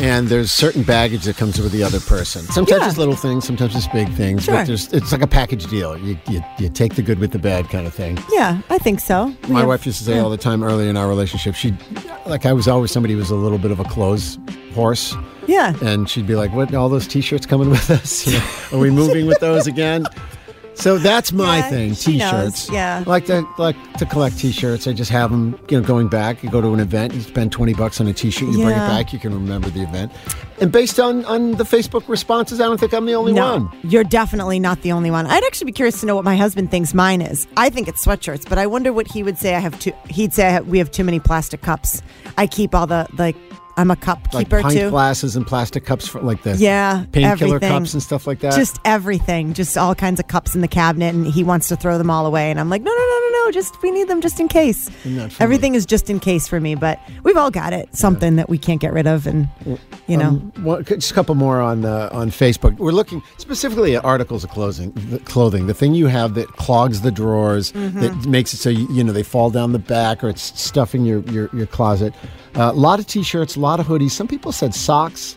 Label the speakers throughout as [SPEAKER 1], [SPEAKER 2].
[SPEAKER 1] and there's certain baggage that comes with the other person. Sometimes
[SPEAKER 2] Yeah.
[SPEAKER 1] it's little things, sometimes it's big things,
[SPEAKER 2] Sure.
[SPEAKER 1] but there's, it's like a package deal. You, you, you take the good with the bad kind of thing.
[SPEAKER 2] Yeah, I think so. We
[SPEAKER 1] My
[SPEAKER 2] have-
[SPEAKER 1] wife used to say all the time early in our relationship, she, like, I was always somebody who was a little bit of a clothes horse.
[SPEAKER 2] Yeah.
[SPEAKER 1] And she'd be like, What, all those t shirts coming with us? You know, Are we moving with those again? So that's my
[SPEAKER 2] Yeah,
[SPEAKER 1] thing,
[SPEAKER 2] she knows,
[SPEAKER 1] t-shirts.
[SPEAKER 2] yeah.
[SPEAKER 1] I like to like to collect t-shirts. I just have them, you know, going back. You go to an event, you spend twenty bucks on a t-shirt, you bring it
[SPEAKER 2] Yeah.
[SPEAKER 1] back, you can remember the event. And based on on the Facebook responses, I don't think I'm the only
[SPEAKER 2] No,
[SPEAKER 1] one.
[SPEAKER 2] you're definitely not the only one. I'd actually be curious to know what my husband thinks mine is. I think it's sweatshirts, but I wonder what he would say. I have too. He'd say I have, we have too many plastic cups. I keep all the like. I'm a cup
[SPEAKER 1] Like
[SPEAKER 2] keeper
[SPEAKER 1] pint
[SPEAKER 2] too.
[SPEAKER 1] glasses and plastic cups for like the
[SPEAKER 2] yeah,
[SPEAKER 1] painkiller
[SPEAKER 2] everything.
[SPEAKER 1] cups and stuff like that.
[SPEAKER 2] Just everything, just all kinds of cups in the cabinet, and he wants to throw them all away. And I'm like, no, no, no, no, no. Just we need them just in case.
[SPEAKER 1] that funny?
[SPEAKER 2] Everything is just in case for me. But we've all got it, something that we can't get rid of, and you know.
[SPEAKER 1] Um, one- just a couple more on the on Facebook. We're looking specifically at articles of clothing, the clothing, the thing you have that clogs the drawers,
[SPEAKER 2] Mm-hmm.
[SPEAKER 1] that makes it so you, you know they fall down the back, or it's stuffing your your, your closet. Uh, A lot of t-shirts, a lot of hoodies. Some people said socks.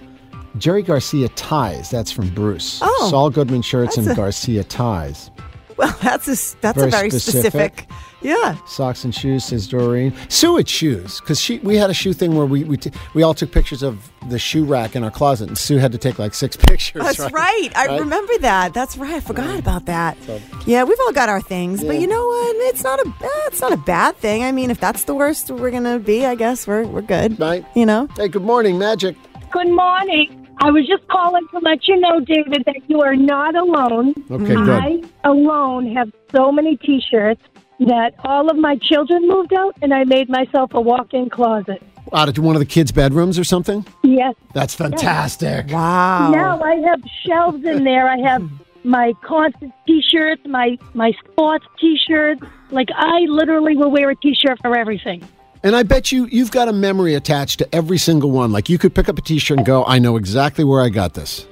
[SPEAKER 1] Jerry Garcia ties. That's from Bruce.
[SPEAKER 2] Oh.
[SPEAKER 1] Saul Goodman shirts and
[SPEAKER 2] That's a-
[SPEAKER 1] Garcia ties.
[SPEAKER 2] well, that's a s- that's
[SPEAKER 1] Very
[SPEAKER 2] a very specific.
[SPEAKER 1] specific.
[SPEAKER 2] Yeah.
[SPEAKER 1] Socks and shoes, says Doreen. Sewage shoes, because she we had a shoe thing where we we, t- we all took pictures of the shoe rack in our closet, and Sue had to take like six pictures.
[SPEAKER 2] That's right. I remember that. That's right. I forgot about that. Yeah, we've all got our things, but you know what? It's not a ba- it's not a bad thing. I mean, if that's the worst we're gonna be, I guess we're we're good.
[SPEAKER 1] Right.
[SPEAKER 2] You know.
[SPEAKER 1] Hey, good morning, Magic.
[SPEAKER 3] Good morning. I was just calling to let you know, David, that you are not alone.
[SPEAKER 1] Okay, good.
[SPEAKER 3] I alone have so many t shirts that all of my children moved out and I made myself a walk in closet.
[SPEAKER 1] Out of one of the kids' bedrooms or something?
[SPEAKER 3] Yes.
[SPEAKER 1] That's fantastic.
[SPEAKER 2] Wow.
[SPEAKER 3] Now I have shelves in there. I have my concert t shirts, my, my sports t shirts. Like, I literally will wear a t shirt for everything.
[SPEAKER 1] And I bet you you've got a memory attached to every single one. Like you could pick up a T-shirt and go, "I know exactly where I got this."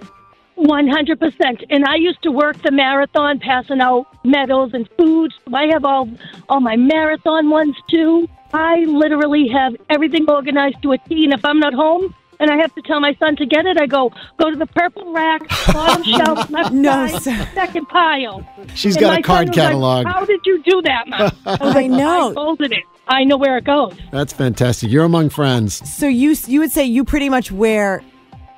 [SPEAKER 3] 100%. And I used to work the marathon, passing out medals and food. So I have all, all my marathon ones too. I literally have everything organized to a T. And if I'm not home and I have to tell my son to get it, I go, go to the purple rack, bottom shelf, left
[SPEAKER 2] No,
[SPEAKER 3] side,
[SPEAKER 2] sir.
[SPEAKER 3] second pile.
[SPEAKER 1] She's
[SPEAKER 3] And
[SPEAKER 1] got
[SPEAKER 3] my
[SPEAKER 1] a card
[SPEAKER 3] son was
[SPEAKER 1] catalog.
[SPEAKER 3] like, How did you do that, Mom? I, was
[SPEAKER 2] I
[SPEAKER 3] like,
[SPEAKER 2] know.
[SPEAKER 3] I folded it. I know where it goes.
[SPEAKER 1] That's fantastic. You're among friends.
[SPEAKER 2] So you s- you would say you pretty much wear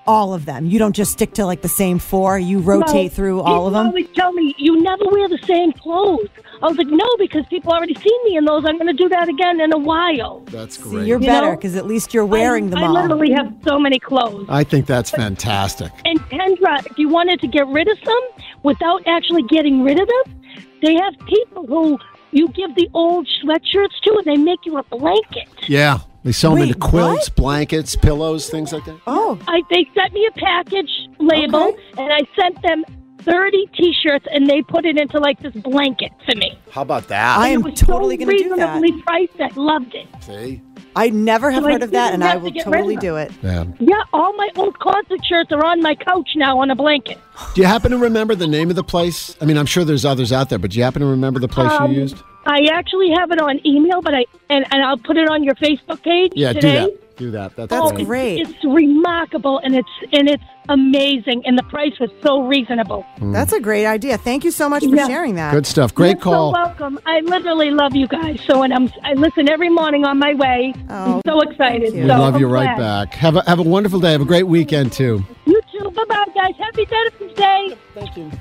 [SPEAKER 2] all of them. You don't just stick to like the same four. You rotate
[SPEAKER 3] Well,
[SPEAKER 2] through all of
[SPEAKER 3] People
[SPEAKER 2] them.
[SPEAKER 3] always tell me you never wear the same clothes. I was like, no, because people already seen me in those. I'm going to do that again in a while.
[SPEAKER 1] That's great.
[SPEAKER 2] See, you're
[SPEAKER 3] You
[SPEAKER 2] better
[SPEAKER 3] know,
[SPEAKER 2] because at least you're wearing
[SPEAKER 3] I,
[SPEAKER 2] them
[SPEAKER 3] I
[SPEAKER 2] all.
[SPEAKER 3] literally have so many clothes.
[SPEAKER 1] I think that's fantastic.
[SPEAKER 3] And Kendra, if you wanted to get rid of some without actually getting rid of them, they have people who you give the old sweatshirts to, and they make you a blanket.
[SPEAKER 1] Yeah, they sell them
[SPEAKER 2] Wait,
[SPEAKER 1] into quilts, blankets, pillows, things like that.
[SPEAKER 2] oh,
[SPEAKER 3] I they sent me a package label,
[SPEAKER 2] Okay.
[SPEAKER 3] and I sent them. 30 t-shirts and they put it into like this blanket for me.
[SPEAKER 1] How about that?
[SPEAKER 2] I
[SPEAKER 3] And
[SPEAKER 2] am
[SPEAKER 3] it was so
[SPEAKER 2] totally going to do that.
[SPEAKER 3] reasonably priced. I loved it.
[SPEAKER 1] See?
[SPEAKER 2] I never have
[SPEAKER 3] So I
[SPEAKER 2] heard of that, and
[SPEAKER 3] didn't
[SPEAKER 2] I
[SPEAKER 3] have to
[SPEAKER 2] will
[SPEAKER 3] get rid of
[SPEAKER 2] totally
[SPEAKER 3] them.
[SPEAKER 2] do it.
[SPEAKER 1] Yeah.
[SPEAKER 3] Yeah, all my old closet shirts are on my couch now on a blanket.
[SPEAKER 1] Do you happen to remember the name of the place? I mean, I'm sure there's others out there, but do you happen to remember the place
[SPEAKER 3] Um,
[SPEAKER 1] you used?
[SPEAKER 3] I actually have it on email, but I and, and I'll put it on your Facebook page
[SPEAKER 1] Yeah,
[SPEAKER 3] today. Oh,
[SPEAKER 1] do that. Do that. That's,
[SPEAKER 2] That's
[SPEAKER 1] great.
[SPEAKER 2] Oh, great.
[SPEAKER 3] It's remarkable and it's and it's amazing and the price was so reasonable.
[SPEAKER 2] That's a great idea. Thank you so much for
[SPEAKER 3] Yeah.
[SPEAKER 2] sharing that.
[SPEAKER 1] Good stuff. Great
[SPEAKER 3] You're
[SPEAKER 1] call.
[SPEAKER 3] So welcome. I literally love you guys. So and I'm I listen every morning on my way.
[SPEAKER 2] Oh,
[SPEAKER 3] I'm so excited.
[SPEAKER 2] thank you.
[SPEAKER 1] we
[SPEAKER 3] So
[SPEAKER 1] love
[SPEAKER 3] I'm
[SPEAKER 1] you right
[SPEAKER 3] glad.
[SPEAKER 1] back. Have a have a wonderful day. Have a great weekend too.
[SPEAKER 3] You too. Bye bye guys. Happy Veterans Day.
[SPEAKER 1] Thank you.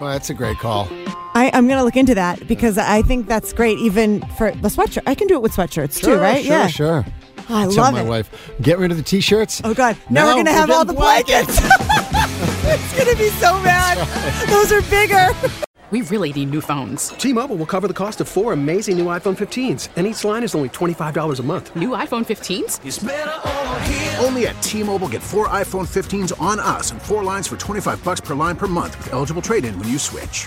[SPEAKER 1] Well, that's a great call.
[SPEAKER 2] I, I'm going to look into that because I think that's great, even for the sweatshirt. I can do it with sweatshirts too, right?
[SPEAKER 1] Sure,
[SPEAKER 2] yeah. Oh,
[SPEAKER 1] sure.
[SPEAKER 2] I
[SPEAKER 1] Tell
[SPEAKER 2] love
[SPEAKER 1] my
[SPEAKER 2] it.
[SPEAKER 1] wife, get rid of the t-shirts.
[SPEAKER 2] Oh, God. Now
[SPEAKER 1] No,
[SPEAKER 2] we're going to
[SPEAKER 1] we're
[SPEAKER 2] have all the
[SPEAKER 1] getting
[SPEAKER 2] blankets. it's going to be so bad. Those are bigger.
[SPEAKER 4] We really need new phones.
[SPEAKER 5] T-Mobile will cover the cost of four amazing new iPhone 15s, and each line is only $25 a month.
[SPEAKER 4] New iPhone 15s?
[SPEAKER 6] Only at T-Mobile get four iPhone 15s on us and four lines for 25 bucks per line per month with eligible trade-in when you switch.